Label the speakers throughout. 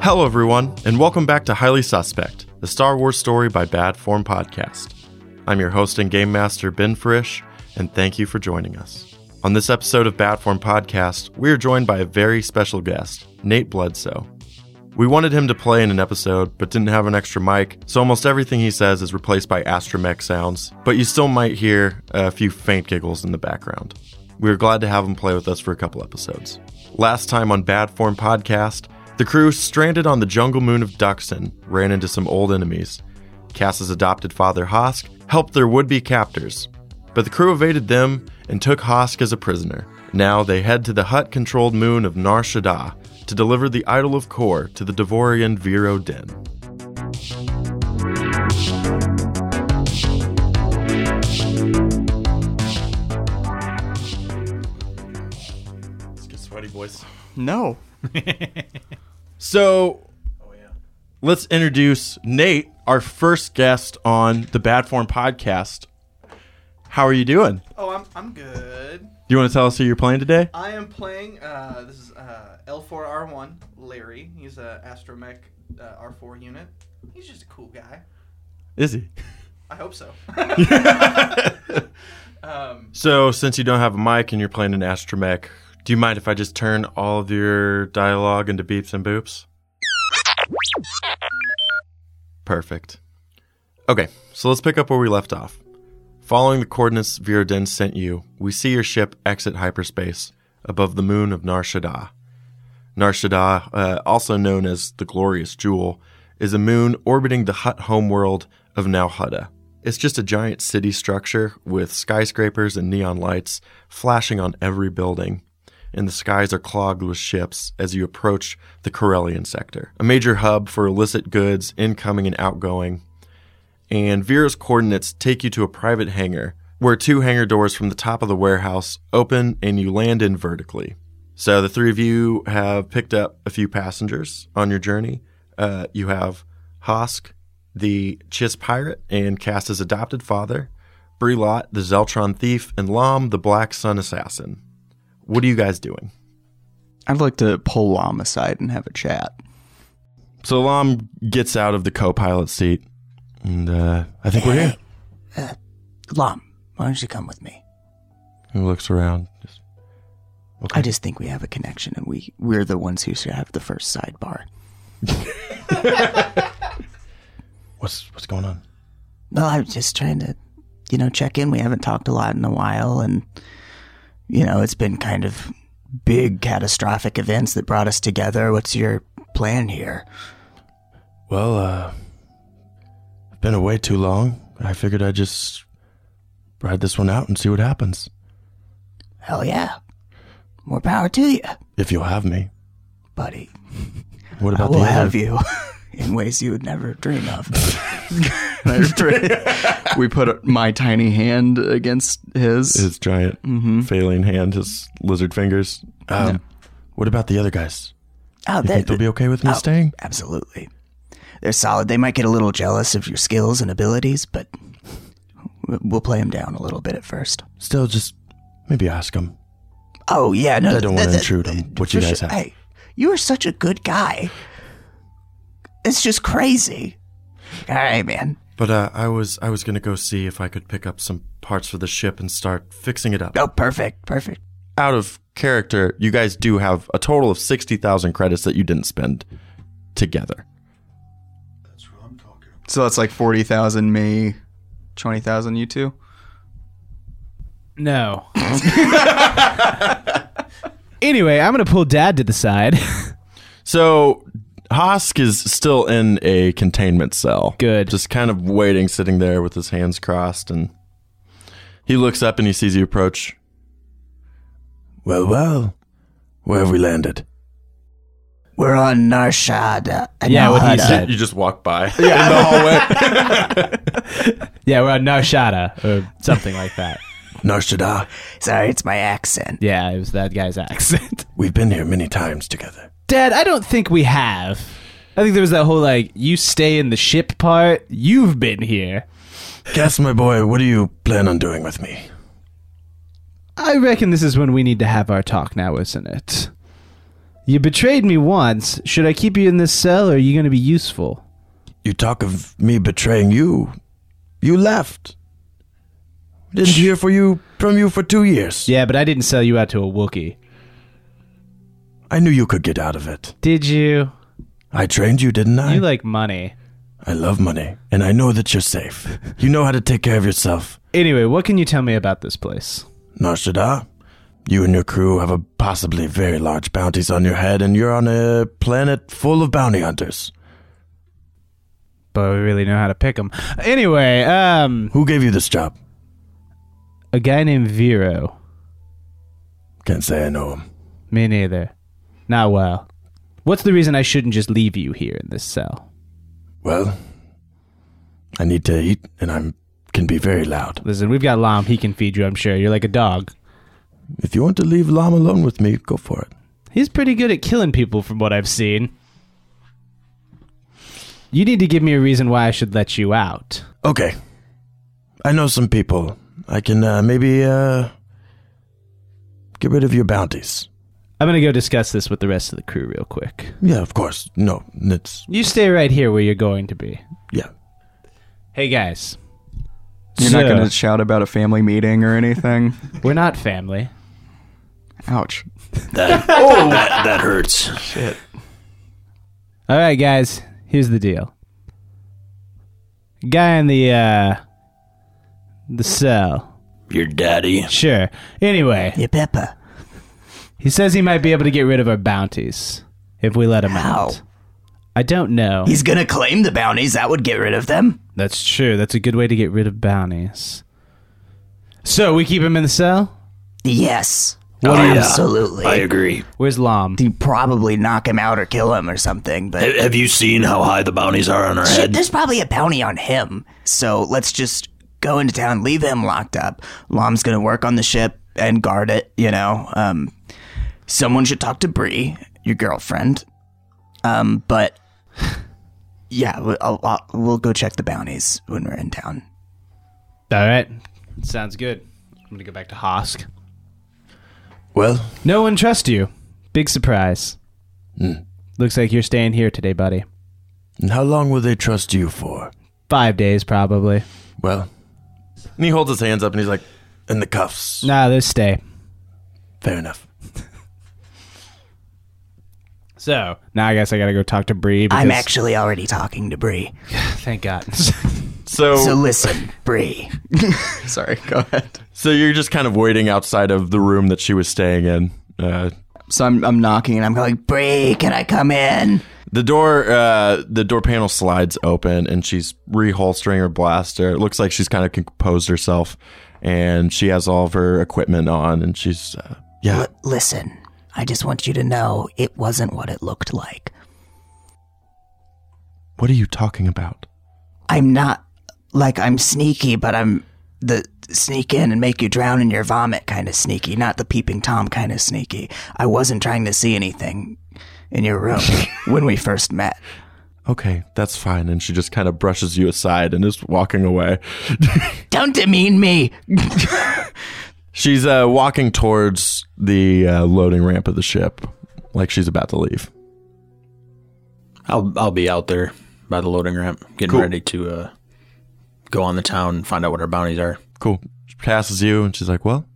Speaker 1: Hello, everyone, and welcome back to Highly Suspect, the Star Wars story by Bad Form podcast. I'm your host and game master, Ben Frisch, and thank you for joining us. On this episode of Bad Form Podcast, we are joined by a very special guest, Nate Bledsoe. We wanted him to play in an episode, but didn't have an extra mic, so almost everything he says is replaced by astromech sounds, but you still might hear a few faint giggles in the background. We are glad to have him play with us for a couple episodes. Last time on Bad Form Podcast, the crew stranded on the jungle moon of Duxon ran into some old enemies. Cass's adopted father Hosk helped their would be captors, but the crew evaded them and took Hosk as a prisoner. Now they head to the hut controlled moon of Nar Shaddaa to deliver the Idol of Kor to the Devorian Viro Den. Let's get sweaty, boys.
Speaker 2: No.
Speaker 1: So let's introduce Nate, our first guest on the Bad Form podcast. How are you doing?
Speaker 2: Oh, I'm, I'm good.
Speaker 1: Do you want to tell us who you're playing today?
Speaker 2: I am playing, uh, this is uh, L4R1, Larry. He's a astromech uh, R4 unit. He's just a cool guy.
Speaker 1: Is he?
Speaker 2: I hope so.
Speaker 1: So, since you don't have a mic and you're playing an astromech, do you mind if I just turn all of your dialogue into beeps and boops? Perfect. Okay, so let's pick up where we left off. Following the coordinates Virodin sent you, we see your ship exit hyperspace above the moon of Nar Shaddaa. Nar Shaddaa, uh, also known as the Glorious Jewel, is a moon orbiting the Hut homeworld of Nauhutta. It's just a giant city structure with skyscrapers and neon lights flashing on every building, and the skies are clogged with ships as you approach the Corellian sector, a major hub for illicit goods incoming and outgoing, and Vera's coordinates take you to a private hangar where two hangar doors from the top of the warehouse open and you land in vertically. So the three of you have picked up a few passengers on your journey. Uh, you have Hosk, the Chiss pirate and Cass's adopted father, Brelot, the Zeltron thief, and Lam, the Black Sun assassin. What are you guys doing?
Speaker 3: I'd like to pull Lom aside and have a chat.
Speaker 1: So Lam gets out of the co-pilot seat, and uh, I think we're here.
Speaker 3: Lom, why don't you come with me?
Speaker 1: He looks around. Just,
Speaker 3: I just think we have a connection, and we we're the ones who should have the first sidebar.
Speaker 1: what's what's going on?
Speaker 3: No, I'm just trying to, you know, check in. We haven't talked a lot in a while, and you know, it's been kind of big catastrophic events that brought us together. What's your plan here?
Speaker 1: Well, uh, I've been away too long. I figured I'd just ride this one out and see what happens.
Speaker 3: Hell yeah, more power to you,
Speaker 1: If you'll have me.
Speaker 3: buddy.
Speaker 1: What
Speaker 3: I
Speaker 1: about
Speaker 3: will
Speaker 1: the other-
Speaker 3: have you in ways you would never dream of. And I put- we put my tiny hand against his.
Speaker 1: His giant
Speaker 3: Mm-hmm.
Speaker 1: failing hand, his lizard fingers. Um, What about the other guys?
Speaker 3: oh,
Speaker 1: You
Speaker 3: that-
Speaker 1: think they'll be okay with me
Speaker 3: oh,
Speaker 1: staying?
Speaker 3: Absolutely. They're solid. They might get a little jealous of your skills and abilities, but w- we'll play them down a little bit at first.
Speaker 1: Still, just maybe ask them.
Speaker 3: Oh, yeah. No,
Speaker 1: I don't want to intrude on what you
Speaker 3: for
Speaker 1: guys
Speaker 3: sure.
Speaker 1: have.
Speaker 3: Hey, you are such a good guy. It's just crazy. All right, man.
Speaker 1: But uh, I was I was gonna go see if I could pick up some parts for the ship and start fixing it up.
Speaker 3: Oh, perfect. Perfect.
Speaker 1: Out of character, you guys do have a total of sixty thousand credits that you didn't spend together.
Speaker 4: So that's like 40,000 me, 20,000 you two?
Speaker 5: No. anyway, I'm gonna pull Dad to the side.
Speaker 1: So Hosk is still in a containment cell.
Speaker 5: Good.
Speaker 1: Just kind of waiting, sitting there with his hands crossed, and he looks up and he sees you approach. Well, well, where have we landed?
Speaker 3: We're on uh, Narshada.
Speaker 5: Yeah, what he
Speaker 3: Narshada.
Speaker 5: said.
Speaker 1: You just walk by in the hallway.
Speaker 5: yeah, we're on Narshada or something like that.
Speaker 1: Narshada,
Speaker 3: Sorry, it's my accent.
Speaker 5: Yeah, it was that guy's accent.
Speaker 1: we've been here many times together.
Speaker 5: Dad, I don't think we have. I think there was that whole like you stay in the ship part. You've been here.
Speaker 1: Cass, my boy, what do you plan on doing with me?
Speaker 5: I reckon this is when we need to have our talk now, isn't it?
Speaker 6: You betrayed me once. Should I keep you in this cell or are you going to be useful?
Speaker 7: You talk of me betraying you. You left. Didn't hear for you from you for two years.
Speaker 6: Yeah, but I didn't sell you out to a Wookiee.
Speaker 7: I knew you could get out of it.
Speaker 6: Did you?
Speaker 7: I trained you, didn't I?
Speaker 6: You like money.
Speaker 7: I love money, and I know that you're safe. you know how to take care of yourself.
Speaker 6: Anyway, what can you tell me about this place?
Speaker 7: Narshada, you and your crew have a possibly very large bounties on your head, and you're on a planet full of bounty hunters.
Speaker 6: But we really know how to pick them. Anyway, um,
Speaker 7: Who gave you this job?
Speaker 6: a guy named Vero.
Speaker 7: Can't say I know him.
Speaker 6: Me neither. Not well. What's the reason I shouldn't just leave you here in this cell?
Speaker 7: Well, I need to eat, and I can be very loud.
Speaker 6: Listen, we've got Lam. He can feed you, I'm sure. You're like a dog.
Speaker 7: If you want to leave Lam alone with me, go for it.
Speaker 6: He's pretty good at killing people from what I've seen. You need to give me a reason why I should let you out.
Speaker 7: Okay. I know some people. I can uh, maybe uh, get rid of your bounties.
Speaker 6: I'm going to go discuss this with the rest of the crew real quick.
Speaker 7: Yeah, of course. No, it's
Speaker 6: You stay right here where you're going to be.
Speaker 7: yeah.
Speaker 6: Hey guys.
Speaker 4: You're
Speaker 6: So,
Speaker 4: not going to shout about a family meeting or anything.
Speaker 6: We're not family.
Speaker 4: Ouch.
Speaker 8: That hurts.
Speaker 6: All right, guys. Here's the deal. Guy in the uh the cell.
Speaker 8: Your daddy.
Speaker 6: Sure. Anyway,
Speaker 3: Your Peppa.
Speaker 6: he says he might be able to get rid of our bounties if we let him out. I don't know.
Speaker 3: He's gonna claim the bounties. That would get rid of them.
Speaker 6: That's true. That's a good way to get rid of bounties. So we keep him in the cell.
Speaker 3: Yes.
Speaker 8: Oh, yeah.
Speaker 3: Absolutely.
Speaker 8: I agree.
Speaker 6: Where's Lom?
Speaker 3: He'd probably knock him out or kill him or something, but
Speaker 8: Ha- Have you seen how high the bounties are on our
Speaker 3: Shit,
Speaker 8: head?
Speaker 3: there's probably a bounty on him. So let's just go into town, leave him locked up. Lom's gonna work on the ship and guard it. You know, um, someone should talk to Bree, your girlfriend. Um, but yeah, we- I'll, I'll, we'll go check the bounties when we're in town.
Speaker 6: All right. Sounds good. I'm gonna go back to Hosk.
Speaker 7: Well,
Speaker 6: No one trusts you. Big surprise.
Speaker 8: Hmm.
Speaker 6: Looks like you're staying here today, buddy.
Speaker 7: and how long will they trust you for?
Speaker 6: Five days, probably.
Speaker 7: Well,
Speaker 1: And he holds his hands up and he's like,
Speaker 7: and the cuffs.
Speaker 6: Nah, they stay.
Speaker 7: Fair enough.
Speaker 6: So now I guess I gotta go talk to Bree. Because,
Speaker 3: I'm actually already talking to Bree.
Speaker 6: thank God.
Speaker 1: so,
Speaker 3: So
Speaker 1: so,
Speaker 3: listen, Bree.
Speaker 4: Sorry, go ahead.
Speaker 1: you're just kind of waiting outside of the room that she was staying in. Uh,
Speaker 4: So I'm, I'm knocking and I'm going,
Speaker 3: Like Bree, can I come in?
Speaker 1: the door, uh, the door panel slides open, and she's reholstering her blaster. It looks like she's kind of composed herself, and she has all of her equipment on, and she's, uh, yeah,
Speaker 3: L- listen, I just want you to know it wasn't what it looked like.
Speaker 1: What are you talking about?
Speaker 3: I'm not like I'm sneaky, but I'm the sneak in and make you drown in your vomit kind of sneaky, not the peeping tom kind of sneaky. I wasn't trying to see anything in your room when we first met.
Speaker 1: Okay, that's fine. And she just kind of brushes you aside and is walking away.
Speaker 3: Don't demean me.
Speaker 1: She's uh, walking towards the uh, loading ramp of the ship, like she's about to leave.
Speaker 8: I'll I'll be out there by the loading ramp, getting
Speaker 1: Cool.
Speaker 8: ready to uh, go on the town and find out what our bounties are.
Speaker 1: Cool. She passes you and she's like, well,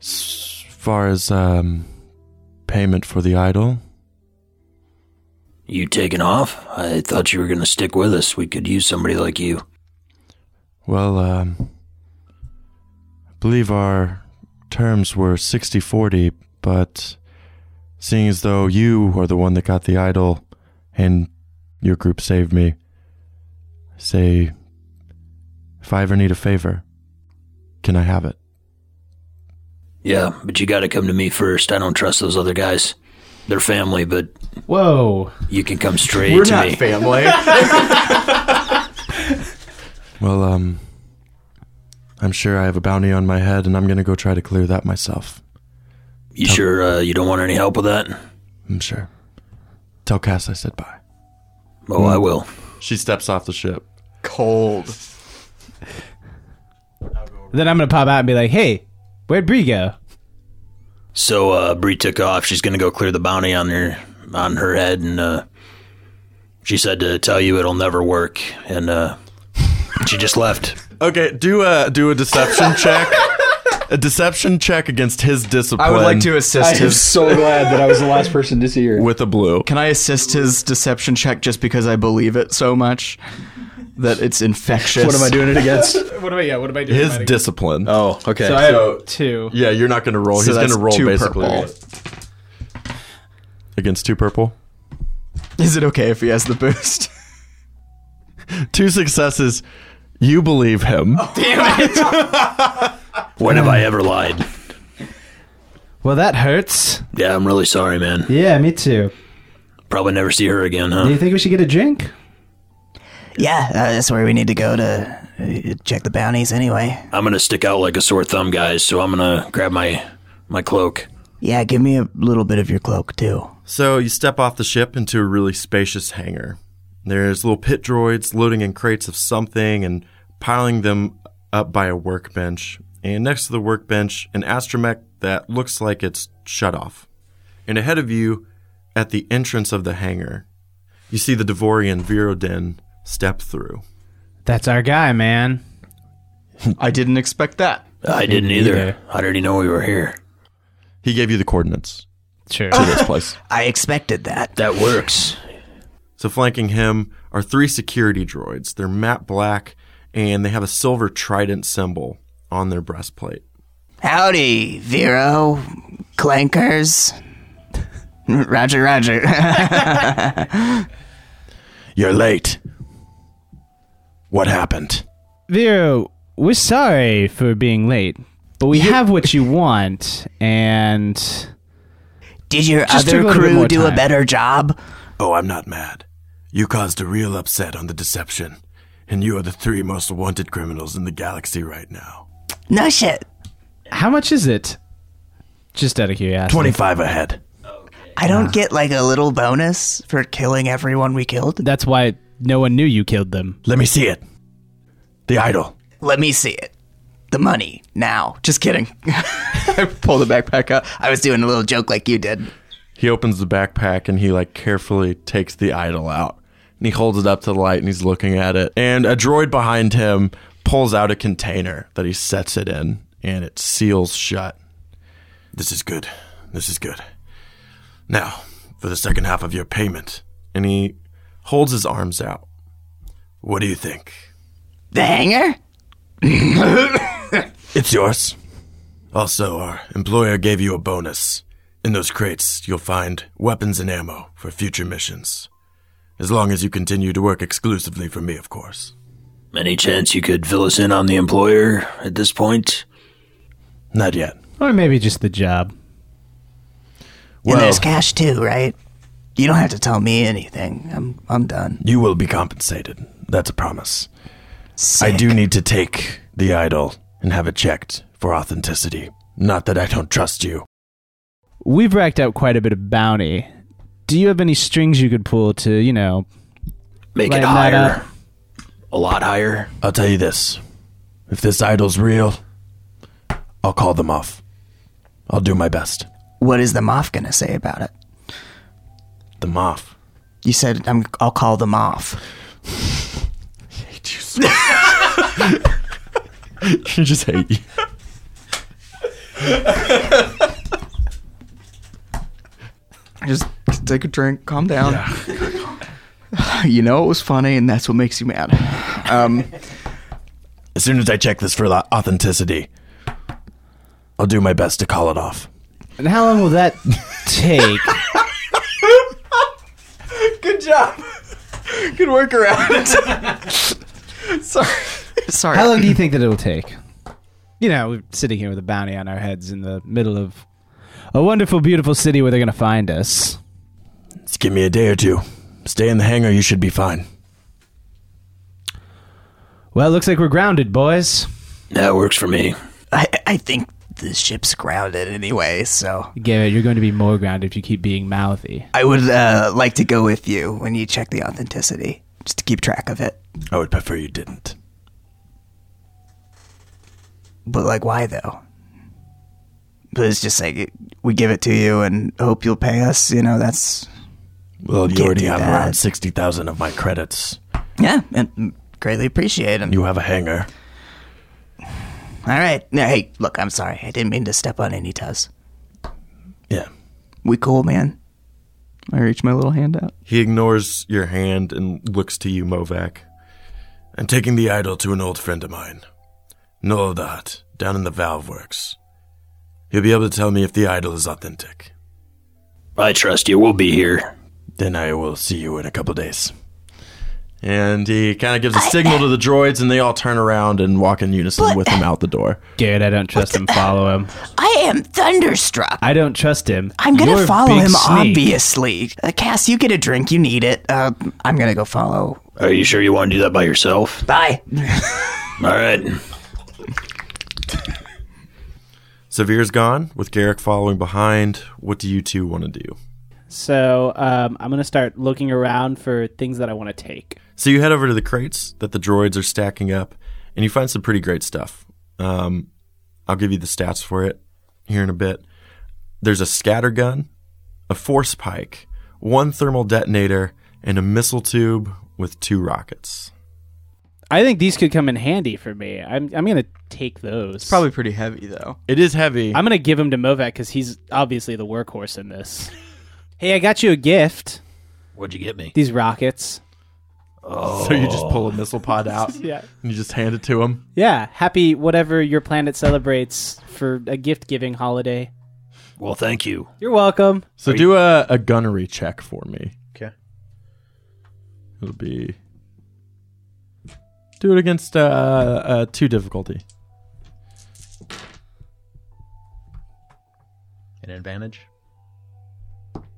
Speaker 1: as far as um, payment for the idol,
Speaker 8: You taking off? I thought you were gonna stick with us. We could use somebody like you.
Speaker 1: well, um, I believe our terms were 60 40, but seeing as though you are the one that got the idol and your group saved me, say, if I ever need a favor, can I have it?
Speaker 8: Yeah, but you gotta come to me first. I don't trust those other guys. They're family, but
Speaker 6: Whoa.
Speaker 8: you can come straight to me.
Speaker 4: family.
Speaker 1: Well, um, I'm sure I have a bounty on my head, and I'm gonna go try to clear that myself.
Speaker 8: you sure uh, you don't want any help with that?
Speaker 1: I'm sure. Tell Cass I said bye.
Speaker 8: Oh, I will.
Speaker 1: She steps off the ship.
Speaker 4: Cold.
Speaker 6: Then I'm gonna pop out and be like, "Hey, where'd Bree go?"
Speaker 8: So uh, Bree took off. She's gonna go clear the bounty on her on her head, and uh, she said to tell you it'll never work. And uh, she just left.
Speaker 1: Okay, do a do a deception check. A deception check against his discipline.
Speaker 4: I would like to
Speaker 9: I
Speaker 4: assist
Speaker 9: am
Speaker 4: his.
Speaker 9: so glad that I was the last person to see her.
Speaker 1: with a blue.
Speaker 4: Can I assist his deception check just because I believe it so much that it's infectious?
Speaker 9: What am I doing it against?
Speaker 6: What am I? Yeah. What am I doing?
Speaker 1: His discipline.
Speaker 9: Oh, okay.
Speaker 6: So I have
Speaker 1: so-
Speaker 6: two.
Speaker 1: Yeah, you're not going to roll.
Speaker 4: So
Speaker 1: He's going
Speaker 4: that's
Speaker 1: to roll
Speaker 4: two
Speaker 1: basically
Speaker 4: purple.
Speaker 1: against two purple.
Speaker 4: Is it okay if he has the boost?
Speaker 1: Two successes. You believe him.
Speaker 8: When have I ever lied?
Speaker 6: Well, that hurts.
Speaker 8: Yeah, I'm really sorry, man.
Speaker 6: Yeah, me too.
Speaker 8: Probably never see her again,
Speaker 6: Do you
Speaker 8: huh?
Speaker 6: think we should get a drink?
Speaker 3: Yeah, uh, that's where we need to go to uh, check the bounties anyway.
Speaker 8: I'm gonna stick out like a sore thumb, guys. So I'm gonna grab my my cloak.
Speaker 3: Yeah, give me a little bit of your cloak too.
Speaker 1: So you step off the ship into a really spacious hangar. There's little pit droids loading in crates of something and piling them up by a workbench. And next to the workbench, an astromech that looks like it's shut off. And ahead of you, at the entrance of the hangar, you see the Devorian Virodin step through.
Speaker 6: That's our guy, man.
Speaker 4: I didn't expect that.
Speaker 8: I didn't
Speaker 6: neither.
Speaker 8: either. I already know we were here.
Speaker 1: He gave you the coordinates
Speaker 6: Sure. Uh,
Speaker 1: to this place.
Speaker 3: I expected that.
Speaker 8: That works.
Speaker 1: So flanking him are three security droids. They're matte black and they have a silver trident symbol on their breastplate.
Speaker 3: Howdy, Vero, clankers. Roger, Roger.
Speaker 10: You're late. What happened?
Speaker 6: Vero, we're sorry for being late, but we have what you want, and
Speaker 3: Did your
Speaker 6: Just took
Speaker 3: other
Speaker 6: a little bit
Speaker 3: crew
Speaker 6: more
Speaker 3: do a
Speaker 6: time.
Speaker 3: better job?
Speaker 10: Oh, I'm not mad. You caused a real upset on the deception, and you are the three most wanted criminals in the galaxy right now.
Speaker 3: No shit.
Speaker 6: how much is it? Just out of curiosity.
Speaker 10: 25 ahead.
Speaker 3: I
Speaker 6: Ah.
Speaker 3: don't get like a little bonus for killing everyone we killed.
Speaker 6: That's why no one knew you killed them.
Speaker 10: Let me see it. The idol.
Speaker 3: Let me see it. The money now. Just kidding. I pulled the backpack out. I was doing a little joke like you did.
Speaker 1: He opens the backpack and he like carefully takes the idol out. And he holds it up to the light and he's looking at it. And a droid behind him pulls out a container that he sets it in and it seals shut.
Speaker 10: This is good. This is good. Now, for the second half of your payment,
Speaker 1: And he holds his arms out.
Speaker 10: what do you think?
Speaker 3: The hanger?
Speaker 10: It's yours. Also, our employer gave you a bonus. In those crates, you'll find weapons and ammo for future missions. As long as you continue to work exclusively for me, of course.
Speaker 8: Any chance you could fill us in on the employer at this point?
Speaker 10: Not yet.
Speaker 6: Or maybe just the job.
Speaker 3: and
Speaker 10: Well,
Speaker 3: there's cash too, right? You don't have to tell me anything. I'm I'm done.
Speaker 10: you will be compensated. That's a promise. I
Speaker 3: Sick.
Speaker 10: do need to take the idol and have it checked for authenticity. Not that I don't trust you.
Speaker 6: We've racked up quite a bit of bounty. Do you have any strings you could pull to, you know,
Speaker 8: Make
Speaker 6: Lighten
Speaker 8: it
Speaker 6: that
Speaker 8: higher.
Speaker 6: up.
Speaker 8: A lot higher.
Speaker 10: I'll tell you this. If this idol's real, I'll call them off. I'll do my best.
Speaker 3: What is the moth gonna say about it?
Speaker 10: The moth.
Speaker 3: You said I'm, I'll call them off.
Speaker 1: You just hate you.
Speaker 4: Just take a drink, calm down. you know it was funny, and that's what makes you mad. Um,
Speaker 10: As soon as I check this for la- authenticity, I'll do my best to call it off.
Speaker 6: and how long will that take?
Speaker 4: Good job. Good workaround. Sorry. Sorry.
Speaker 6: how long do you think that it'll take? You know, we're sitting here with a bounty on our heads in the middle of a wonderful, beautiful city where they're going to find us.
Speaker 10: Just give me a day or two. Stay in the hangar, you should be fine.
Speaker 6: Well, it looks like we're grounded, boys.
Speaker 8: That works for me.
Speaker 3: I, I think the ship's grounded anyway, so
Speaker 6: Garrett, you're going to be more grounded if you keep being mouthy.
Speaker 3: I would uh, like to go with you when you check the authenticity, just to keep track of it.
Speaker 10: I would prefer you didn't.
Speaker 3: But like, why though? But it's just like it- we give it to you and hope you'll pay us. You know, that's
Speaker 11: Well, you
Speaker 3: Can't
Speaker 11: already
Speaker 3: do
Speaker 11: have
Speaker 3: that.
Speaker 11: around 60,000 of my credits.
Speaker 3: yeah, and greatly appreciate. And
Speaker 11: You have a hanger.
Speaker 3: all right, now hey, look, I'm sorry, I didn't mean to step on any toes.
Speaker 11: Yeah.
Speaker 3: We cool, man.
Speaker 4: I reach my little hand out.
Speaker 1: He ignores your
Speaker 11: hand and looks to you, Movac. I'm taking the idol to an old friend of mine, Nolodat, down in the Valve Works. He'll be able to tell me if the idol is authentic.
Speaker 8: I trust you. We'll be here.
Speaker 11: Then I will see you in a couple days.
Speaker 1: and he kind of gives a signal to the droids, and they all turn around and walk in unison with him out the door.
Speaker 5: Garrett, I don't trust him. Follow him.
Speaker 3: I am thunderstruck.
Speaker 5: I don't trust him.
Speaker 3: I'm gonna
Speaker 5: You're a
Speaker 3: follow
Speaker 5: big
Speaker 3: him,
Speaker 5: sneak.
Speaker 3: obviously. Uh, Cass, you get a drink. You need it. Uh, I'm gonna go follow.
Speaker 8: Are you sure you want to do that by yourself?
Speaker 3: Bye.
Speaker 8: All right.
Speaker 1: Severe's gone, with Garrick following behind. What do you two want to do?
Speaker 6: So um, I'm gonna start looking around for things that I want to take.
Speaker 1: So you head over to the crates that the droids are stacking up, and you find some pretty great stuff. Um, I'll give you the stats for it here in a bit. There's a scatter gun, a force pike, one thermal detonator, and a missile tube with two rockets.
Speaker 6: I think these could come in handy for me. I'm I'm gonna take those.
Speaker 4: Probably pretty heavy though.
Speaker 1: It is heavy.
Speaker 6: I'm gonna give them to Movac because he's obviously the workhorse in this. Hey, I got you a gift.
Speaker 8: What'd you get me? Oh,
Speaker 6: These rockets.
Speaker 1: so you just
Speaker 12: Oh.
Speaker 1: pull a missile pod out
Speaker 6: Yeah.
Speaker 1: and you just hand it to him.
Speaker 6: Yeah. Happy whatever your planet celebrates for a gift giving holiday.
Speaker 8: Well, thank you.
Speaker 6: You're welcome.
Speaker 1: So do a, a gunnery check for me.
Speaker 12: Okay.
Speaker 1: It'll be. Do it against uh, uh, two difficulty.
Speaker 12: An advantage?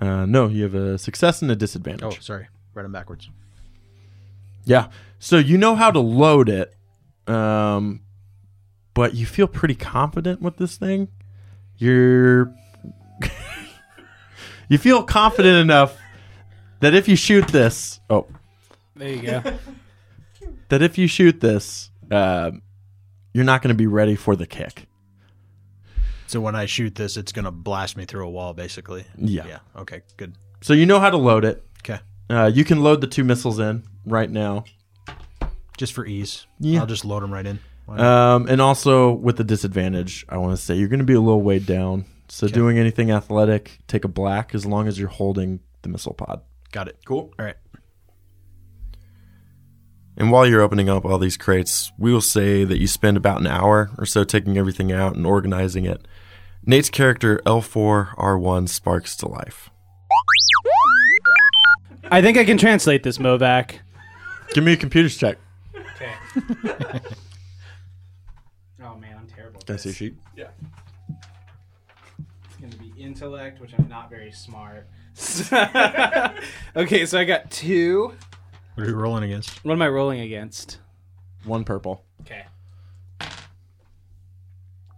Speaker 1: Uh, no, you have a success and a disadvantage.
Speaker 12: Oh, sorry. Read them backwards.
Speaker 1: Yeah. So you know how to load it, um, but you feel pretty confident with this thing. You're you feel confident enough that if you shoot this, oh,
Speaker 6: There you go.
Speaker 1: that if you shoot this, uh, you're not going to be ready for the kick.
Speaker 12: So when I shoot this, it's going to blast me through a wall, basically.
Speaker 1: Yeah.
Speaker 12: Yeah. Okay. Good.
Speaker 1: So you know how to load it.
Speaker 12: 'Kay.
Speaker 1: Uh, you can load the two missiles in right now,
Speaker 12: Just for ease,
Speaker 1: Yeah.
Speaker 12: I'll just load them right in. Why not?
Speaker 1: um, and also with the disadvantage. I want to say you're going to be a little weighed down. So doing anything athletic, take a black as long as you're holding the missile pod.
Speaker 12: Got it. Cool. All right.
Speaker 1: And while you're opening up all these crates, we will say that you spend about an hour or so taking everything out and organizing it. Nate's character L4R1 sparks to life.
Speaker 6: I think I can translate this, Movac.
Speaker 1: Give me a computer's check.
Speaker 6: Oh man, I'm terrible.
Speaker 1: Can I see a sheet?
Speaker 6: It's gonna be intellect, which I'm not very smart. okay, so I got two.
Speaker 12: What are we rolling against?
Speaker 6: What am I rolling against?
Speaker 1: One purple.
Speaker 6: Okay. I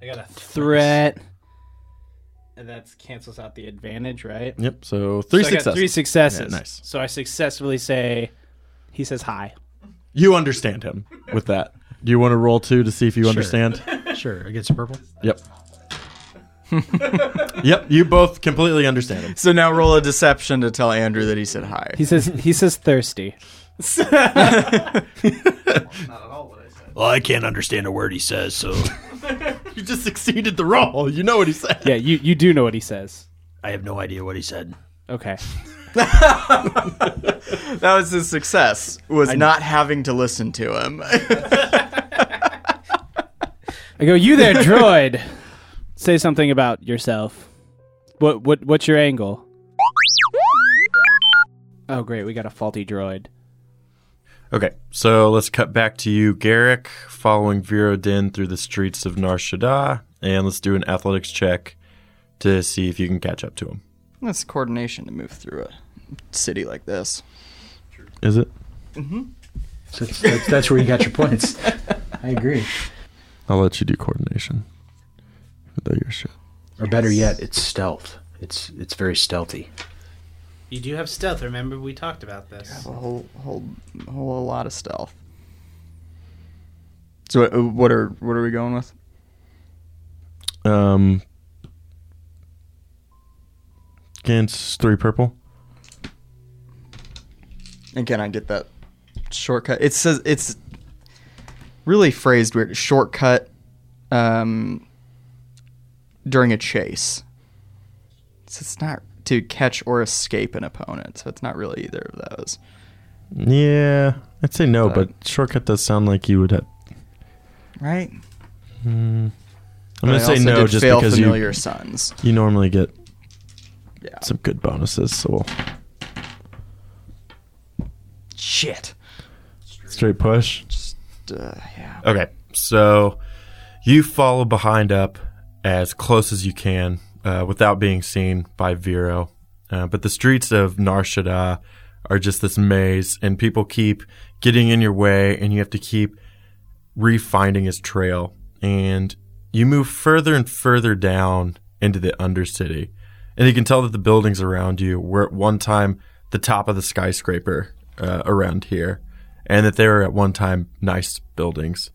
Speaker 6: got a threat. And that cancels out the advantage, right?
Speaker 1: Yep. So three
Speaker 6: So I got
Speaker 1: successes.
Speaker 6: three successes.
Speaker 1: Yeah, nice.
Speaker 6: So I successfully say, he says hi.
Speaker 1: You understand him with that. Do you want to roll two to see if you understand?
Speaker 12: Sure. Against purple.
Speaker 1: Yep. yep. You both completely understand him.
Speaker 4: So now roll a deception to tell Andrew that he said hi.
Speaker 6: He says he says thirsty.
Speaker 2: Not at all what I said.
Speaker 8: Well, I can't understand a word he says, so
Speaker 1: You just succeeded the roll. You know what he said.
Speaker 6: Yeah, you you do know what he says.
Speaker 8: I have no idea what he said.
Speaker 6: Okay.
Speaker 4: That was his success. Was not having to listen to him.
Speaker 6: I go, you there, droid. Say something about yourself. What what what's your angle? Oh great, we got a faulty droid.
Speaker 1: Okay, so let's cut back to you, Garrick, following Vero Din through the streets of Nar Shaddaa, and let's do an athletics check to see if you can catch up to him.
Speaker 4: That's coordination to move through a city like this.
Speaker 1: Is it?
Speaker 13: So that's, that's, that's where you got your points. I agree.
Speaker 1: I'll let you do coordination. Even though you're shit.
Speaker 13: Or better yet, it's stealth. It's it's very stealthy.
Speaker 6: You do have stealth, remember we talked about this.
Speaker 4: A whole whole whole lot of stealth. uh, So what, what are what are we going with?
Speaker 1: Um, Gains three purple.
Speaker 3: And can I get that shortcut? It says it's really phrased weird. Shortcut um, during a chase. So it's not to catch or escape an opponent. So it's not really either of those.
Speaker 1: Yeah, I'd say no, but, shortcut does sound like you would have.
Speaker 3: Right?
Speaker 1: Hmm.
Speaker 3: But
Speaker 1: I'm
Speaker 3: I
Speaker 1: gonna say
Speaker 3: also
Speaker 1: no
Speaker 3: did
Speaker 1: just
Speaker 3: fail
Speaker 1: because
Speaker 3: familiar
Speaker 1: you
Speaker 3: sons.
Speaker 1: You normally get some good bonuses, so we'll
Speaker 3: Shit.
Speaker 1: straight push.
Speaker 3: uh,
Speaker 1: yeah. Okay, so you follow behind up as close as you can uh, without being seen by Vero, uh, but the streets of Narshada are just this maze, and people keep getting in your way, and you have to keep refinding his trail. And you move further and further down into the undercity. And you can tell that the buildings around you were at one time the top of the skyscraper uh, around here, and that they were at one time nice buildings.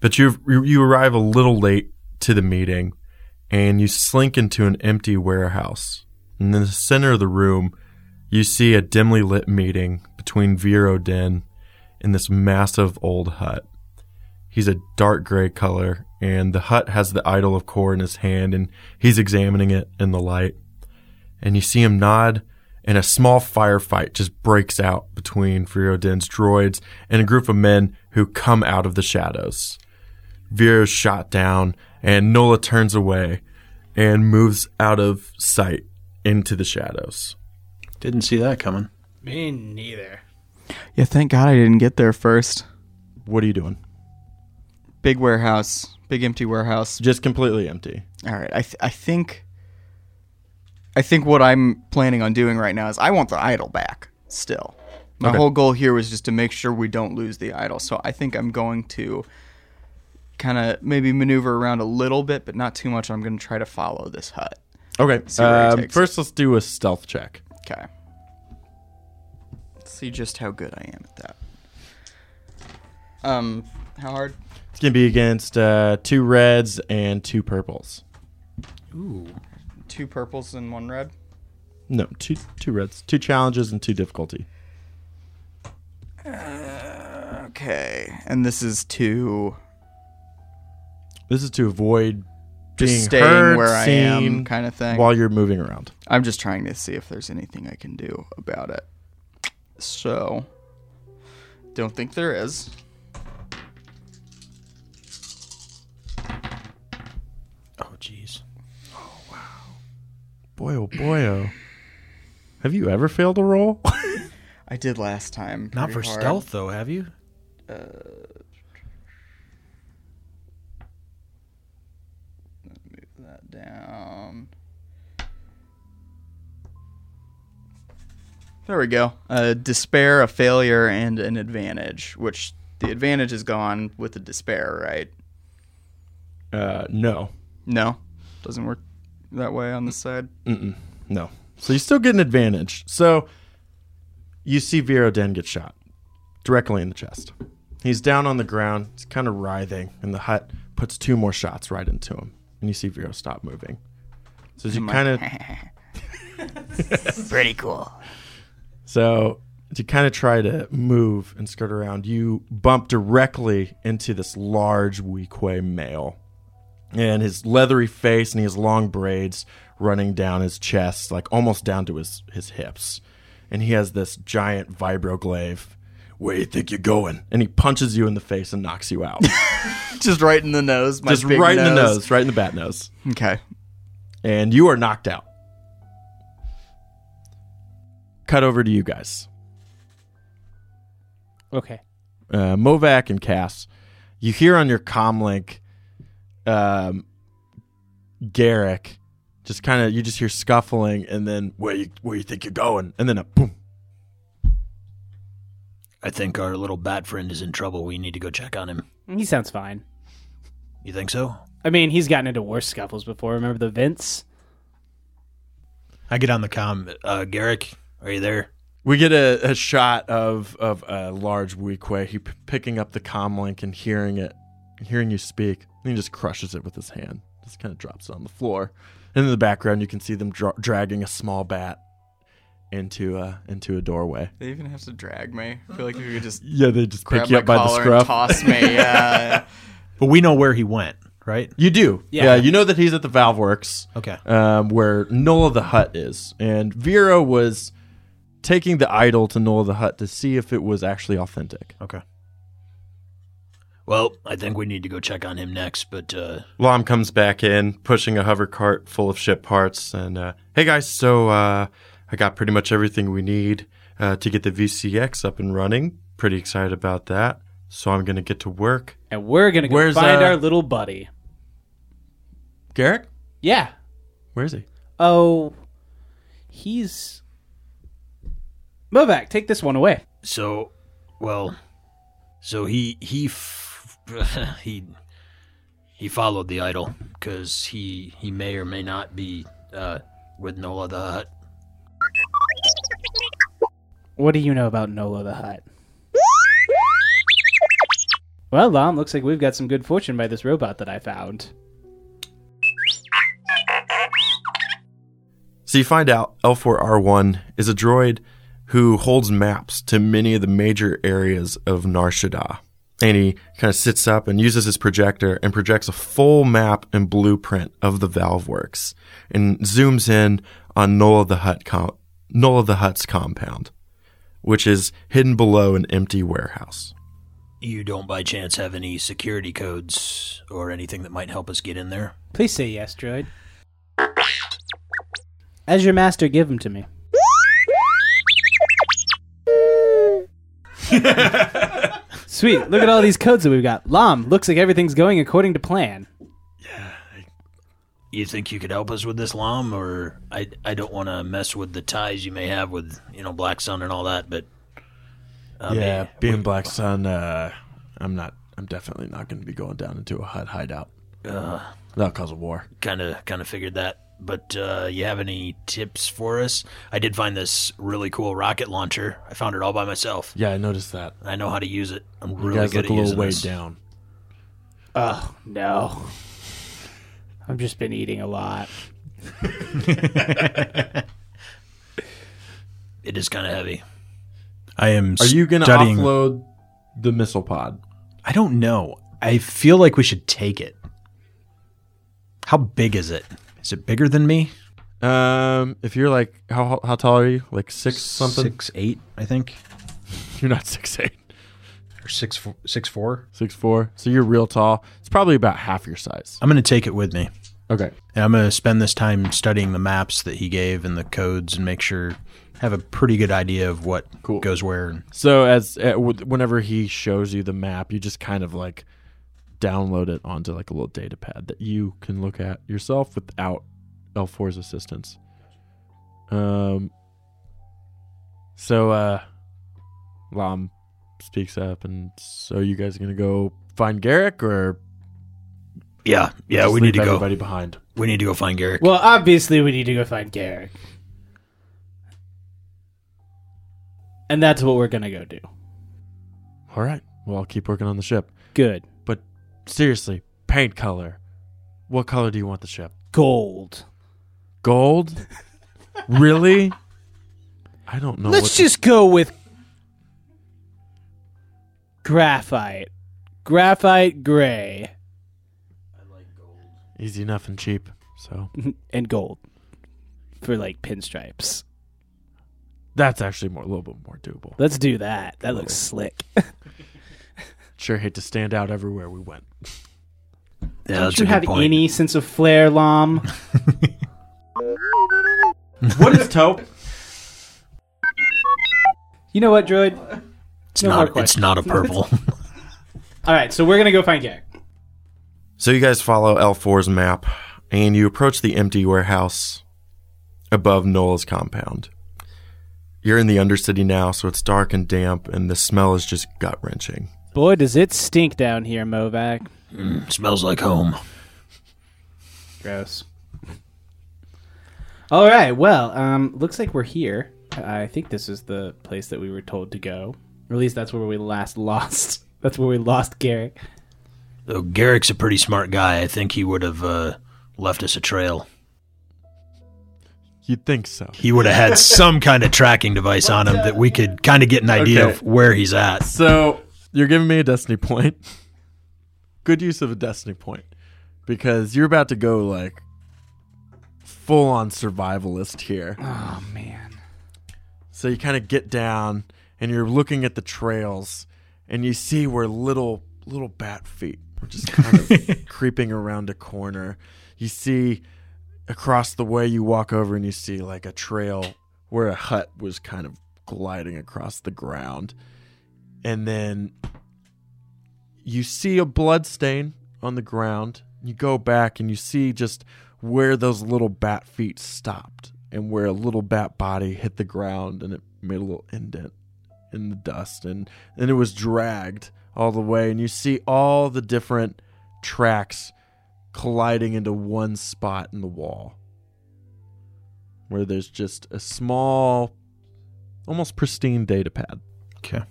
Speaker 1: But you you arrive a little late to the meeting, and you slink into an empty warehouse. And in the center of the room, you see a dimly lit meeting between Vero Den and this massive old hut. He's a dark gray color, and the hut has the idol of Kor in his hand, and he's examining it in the light. And you see him nod, and a small firefight just breaks out between Virodin's droids and a group of men who come out of the shadows. Vera's shot down, and Nola turns away and moves out of sight into the shadows.
Speaker 8: Didn't see that coming.
Speaker 6: Me neither.
Speaker 3: Yeah, thank God I didn't get there first.
Speaker 1: What are you doing?
Speaker 3: Big warehouse, big empty warehouse.
Speaker 1: Just completely empty.
Speaker 3: All right, I th- I think I think what I'm planning on doing right now is I want the idol back still. My
Speaker 1: Okay.
Speaker 3: whole goal here was just to make sure we don't lose the idol. So I think I'm going to kind of maybe maneuver around a little bit, but not too much. I'm going to try to follow this hut.
Speaker 1: Okay.
Speaker 3: See where he
Speaker 1: um,
Speaker 3: takes
Speaker 1: first, let's do a stealth check.
Speaker 3: Okay. See just how good I am at that. Um, how hard?
Speaker 1: It's going to be against uh, two reds and two purples.
Speaker 3: Ooh. Two purples and one red.
Speaker 1: No, two two reds, two challenges and two difficulty.
Speaker 3: Okay. And this is to
Speaker 1: This is to avoid
Speaker 3: Just
Speaker 1: being
Speaker 3: staying
Speaker 1: heard,
Speaker 3: where I am
Speaker 1: seen
Speaker 3: kinda thing.
Speaker 1: while you're moving around.
Speaker 3: I'm just trying to see if there's anything I can do about it. So, don't think there is.
Speaker 8: Oh, jeez.
Speaker 1: Boy, oh boy, oh. Have you ever failed a roll?
Speaker 3: I did last time.
Speaker 14: Not for
Speaker 3: pretty hard.
Speaker 14: stealth though, have you?
Speaker 3: Move that down. There we go. A despair, a failure, and an advantage, which the advantage is gone with the despair, right?
Speaker 1: uh, no,
Speaker 3: No. Doesn't work that way on this side.
Speaker 1: Mm-mm. no. So you still get an advantage. So you see Vero Den get shot directly in the chest. He's down on the ground. He's kind of writhing, and the hut puts two more shots right into him. And you see Vero stop moving. So as you
Speaker 4: I'm
Speaker 1: kind
Speaker 4: like,
Speaker 1: of
Speaker 4: Pretty cool.
Speaker 1: So to kind of try to move and skirt around, you bump directly into this large weequay male. And his leathery face and his long braids running down his chest, like almost down to his, his hips. And he has this giant vibroglaive. Where you think you're going? And he punches you in the face and knocks you out.
Speaker 3: Just right in the nose. My
Speaker 1: Just
Speaker 3: big
Speaker 1: right in the nose, right in the bat nose.
Speaker 3: Okay.
Speaker 1: And you are knocked out. Cut over to you guys.
Speaker 6: Okay.
Speaker 1: uh, Movac and Cass, you hear on your comlink, um, Garrick, just kind of you just hear scuffling, and then where you where you think you're going, and then a boom.
Speaker 8: I think our little bat friend is in trouble. We need to go check on him.
Speaker 6: He sounds fine.
Speaker 8: You think so?
Speaker 6: I mean, he's gotten into worse scuffles before. Remember the Vince?
Speaker 14: I get on the com. Uh, Garrick,
Speaker 8: Are you there?
Speaker 1: We get a, a shot of of a large Weequay. He p- picking up the comlink and hearing it, hearing you speak. And he just crushes it with his hand. Just kind of drops it on the floor. And in the background, you can see them dra- dragging a small bat into a into a doorway.
Speaker 4: They even have to drag me. I feel like if you could just
Speaker 1: Yeah, they just
Speaker 4: grab
Speaker 1: pick you
Speaker 4: my
Speaker 1: up by the
Speaker 4: collar and
Speaker 1: scruff.
Speaker 4: toss me. Uh,
Speaker 12: But we know where he went, right?
Speaker 1: You do.
Speaker 12: Yeah.
Speaker 1: Yeah. you know that he's at the Valve Works.
Speaker 12: Okay.
Speaker 1: Um, where Nola the Hut is. And Vera was taking the idol to Nola the Hut to see if it was actually authentic.
Speaker 12: Okay.
Speaker 8: Well, I think we need to go check on him next, but uh,
Speaker 1: Lom comes back in, pushing a hover cart full of ship parts. And, uh, hey guys, so uh, I got pretty much everything we need uh, to get the VCX up and running. Pretty excited about that. So I'm going to get to work.
Speaker 6: And we're gonna go
Speaker 1: Where's,
Speaker 6: find
Speaker 1: uh,
Speaker 6: our little buddy.
Speaker 1: Garrick?
Speaker 6: Yeah.
Speaker 1: Where is he?
Speaker 6: Oh, he's Movac. Take this one away.
Speaker 8: so well, so he he f- he he followed the idol because he he may or may not be uh, with Nola the Hut.
Speaker 6: What do you know about Nola the Hut? Well, Lom, looks like we've got some good fortune by this robot that I found.
Speaker 1: So you find out L4R1 is a droid who holds maps to many of the major areas of Nar Shaddaa. And he kind of sits up and uses his projector and projects a full map and blueprint of the Valve Works and zooms in on Nola the Hut com- Nola the Hut's compound, which is hidden below an empty warehouse.
Speaker 8: You don't by chance have any security codes or anything that might help us get in there?
Speaker 6: Please say yes, droid. As your master, give him to me. Sweet. Look at all these codes that we've got. Lom, looks like everything's going according to plan.
Speaker 8: you think you could help us with this lom or i i don't want to mess with the ties you may have with you know black sun and all that but I mean,
Speaker 1: being Black Sun, uh, I'm not. I'm definitely not going to be going down into a hut hideout.
Speaker 8: Uh.
Speaker 1: That'll cause a war.
Speaker 8: kind of kind of figured that but uh you have any tips for us i did find this really cool rocket launcher i found it all by myself
Speaker 1: Yeah, I noticed that.
Speaker 8: i know how to use it i'm
Speaker 1: You
Speaker 8: really
Speaker 1: guys
Speaker 8: good
Speaker 1: look
Speaker 8: at
Speaker 1: a little
Speaker 8: using
Speaker 1: weighed
Speaker 8: this
Speaker 1: down.
Speaker 6: Oh, no. I've just been eating a lot.
Speaker 8: it is kind of heavy
Speaker 12: I am.
Speaker 1: Are you going to
Speaker 12: studying-
Speaker 1: offload the missile pod?
Speaker 12: I don't know. I feel like we should take it. How big is it? Is it bigger than me?
Speaker 1: Um, if you're like, how how tall are you? Like six something?
Speaker 12: Six eight, I think,
Speaker 1: You're not six eight,
Speaker 12: or six four, six four.
Speaker 1: six four. So you're real tall. It's probably about half your size.
Speaker 12: I'm gonna take it with me,
Speaker 1: Okay.
Speaker 12: and I'm gonna spend this time studying the maps that he gave and the codes, and make sure have a pretty good idea of what
Speaker 1: Cool.
Speaker 12: goes where. And
Speaker 1: So as uh, w- whenever he shows you the map, you just kind of like download it onto like a little data pad that you can look at yourself without L4's assistance. Um. So uh, Lam speaks up, and so you guys are gonna go find Garrick, or
Speaker 8: yeah yeah
Speaker 1: just
Speaker 8: we need
Speaker 1: leave
Speaker 8: to go
Speaker 1: everybody behind.
Speaker 8: we need to go find garrick
Speaker 6: Well, obviously, we need to go find Garrick. And that's what we're going to go do.
Speaker 1: All right. Well, I'll keep working on the ship.
Speaker 6: Good.
Speaker 1: But seriously, paint color. What color do you want the ship?
Speaker 6: Gold.
Speaker 1: Gold? really? I don't
Speaker 8: Oh,
Speaker 1: know.
Speaker 6: Let's
Speaker 1: what-
Speaker 6: just go with graphite. Graphite gray
Speaker 1: easy enough and cheap. So
Speaker 6: and gold for like pinstripes.
Speaker 1: that's actually more a little bit more doable.
Speaker 6: Let's do that. That looks slick.
Speaker 1: Sure, hate to stand out everywhere we went.
Speaker 8: yeah
Speaker 6: Don't
Speaker 8: that's
Speaker 6: you
Speaker 8: a good
Speaker 6: have
Speaker 8: point
Speaker 6: any sense of flair, Lom?
Speaker 1: what is taupe?
Speaker 6: You know what, Droid?
Speaker 8: it's
Speaker 6: No more
Speaker 8: not it's
Speaker 6: questions.
Speaker 8: not a purple
Speaker 6: All right, so we're gonna go find Garrick.
Speaker 1: So you guys follow L4's map and you approach the empty warehouse above Noel's compound. You're in the undercity now, so it's dark and damp, and the smell is just gut wrenching.
Speaker 6: Boy, does it stink down here, Movac.
Speaker 8: Mm, smells like home
Speaker 6: Gross. All right. Well, um, looks like we're here. I think this is the place that we were told to go. Or at least that's where we last lost. That's where we lost Gary.
Speaker 8: Though Garrick's a pretty smart guy, I think he would have uh, left us a trail.
Speaker 1: You'd think so.
Speaker 8: He would have had some kind of tracking device on him that we could kind of get an idea
Speaker 1: Okay.
Speaker 8: of where he's at.
Speaker 1: So you're giving me a destiny point. Good use of a destiny point because you're about to go like full on survivalist here.
Speaker 5: Oh man.
Speaker 1: So you kind of get down and you're looking at the trails and you see where little little bat feet are just kind of creeping around a corner. You see across the way you walk over and you see like a trail where a hut was kind of gliding across the ground. And then you see a blood stain on the ground. You go back and you see just where those little bat feet stopped and where a little bat body hit the ground and it made a little indent in the dust and and it was dragged all the way and you see all the different tracks colliding into one spot in the wall where there's just a small almost pristine data pad.
Speaker 8: Okay.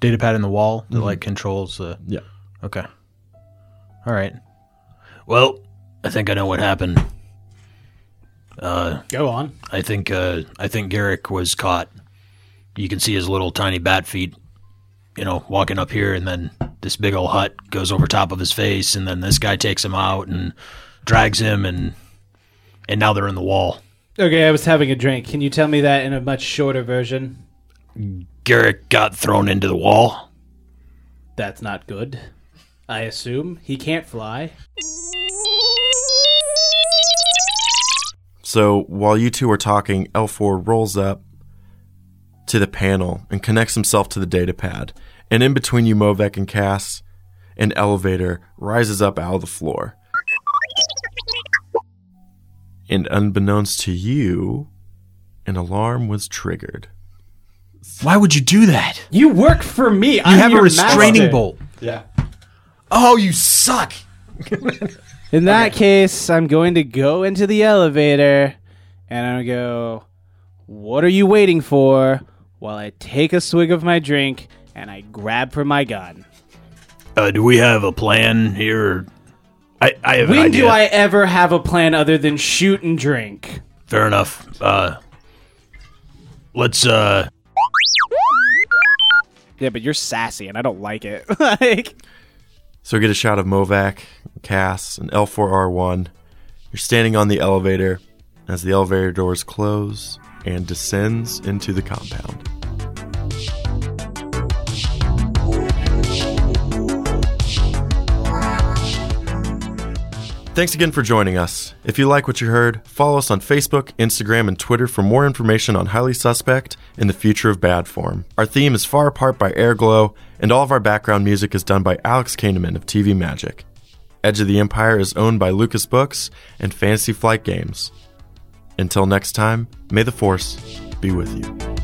Speaker 8: Data pad in the wall that
Speaker 1: Mhm.
Speaker 8: like controls the.
Speaker 1: Yeah.
Speaker 8: Okay. All right. Well, I think I know what happened. Uh,
Speaker 6: Go on.
Speaker 8: I think uh, I think Garrick was caught. You can see his little tiny bat feet, you know, walking up here, and then this big old hut goes over top of his face, and then this guy takes him out and drags him, and and now they're in the wall.
Speaker 6: Okay, I was having a drink. Can you tell me that in a much shorter version?
Speaker 8: Garrick got thrown into the wall.
Speaker 6: That's not good. I assume he can't fly.
Speaker 1: So while you two are talking, L4 rolls up to the panel and connects himself to the data pad. And in between you, Movek and Cass, an elevator rises up out of the floor. And unbeknownst to you, an alarm was triggered.
Speaker 12: Why would you do that?
Speaker 6: You work for me. You
Speaker 12: You have a restraining bolt.
Speaker 6: Yeah.
Speaker 12: Oh, you suck.
Speaker 6: In that case, I'm going to go into the elevator and I'm going to go, What are you waiting for? While I take a swig of my drink and I grab for my gun.
Speaker 8: Uh, do we have a plan here? I, I have an
Speaker 6: When
Speaker 8: idea.
Speaker 6: do I ever have a plan other than shoot and drink?
Speaker 8: Fair enough. Uh, let's. Uh,
Speaker 6: Yeah, but you're sassy and I don't like it. like,
Speaker 1: So we get a shot of Movac, Cass, and L4R1. You're standing on the elevator as the elevator doors close and descends into the compound. Thanks again for joining us. If you like what you heard, follow us on Facebook, Instagram, and Twitter for more information on Highly Suspect and the future of bad form. Our theme is Far Apart by Airglow, and all of our background music is done by Alex Kahneman of TV Magic. Edge of the Empire is owned by Lucas Books and Fantasy Flight Games. Until next time, may the Force be with you.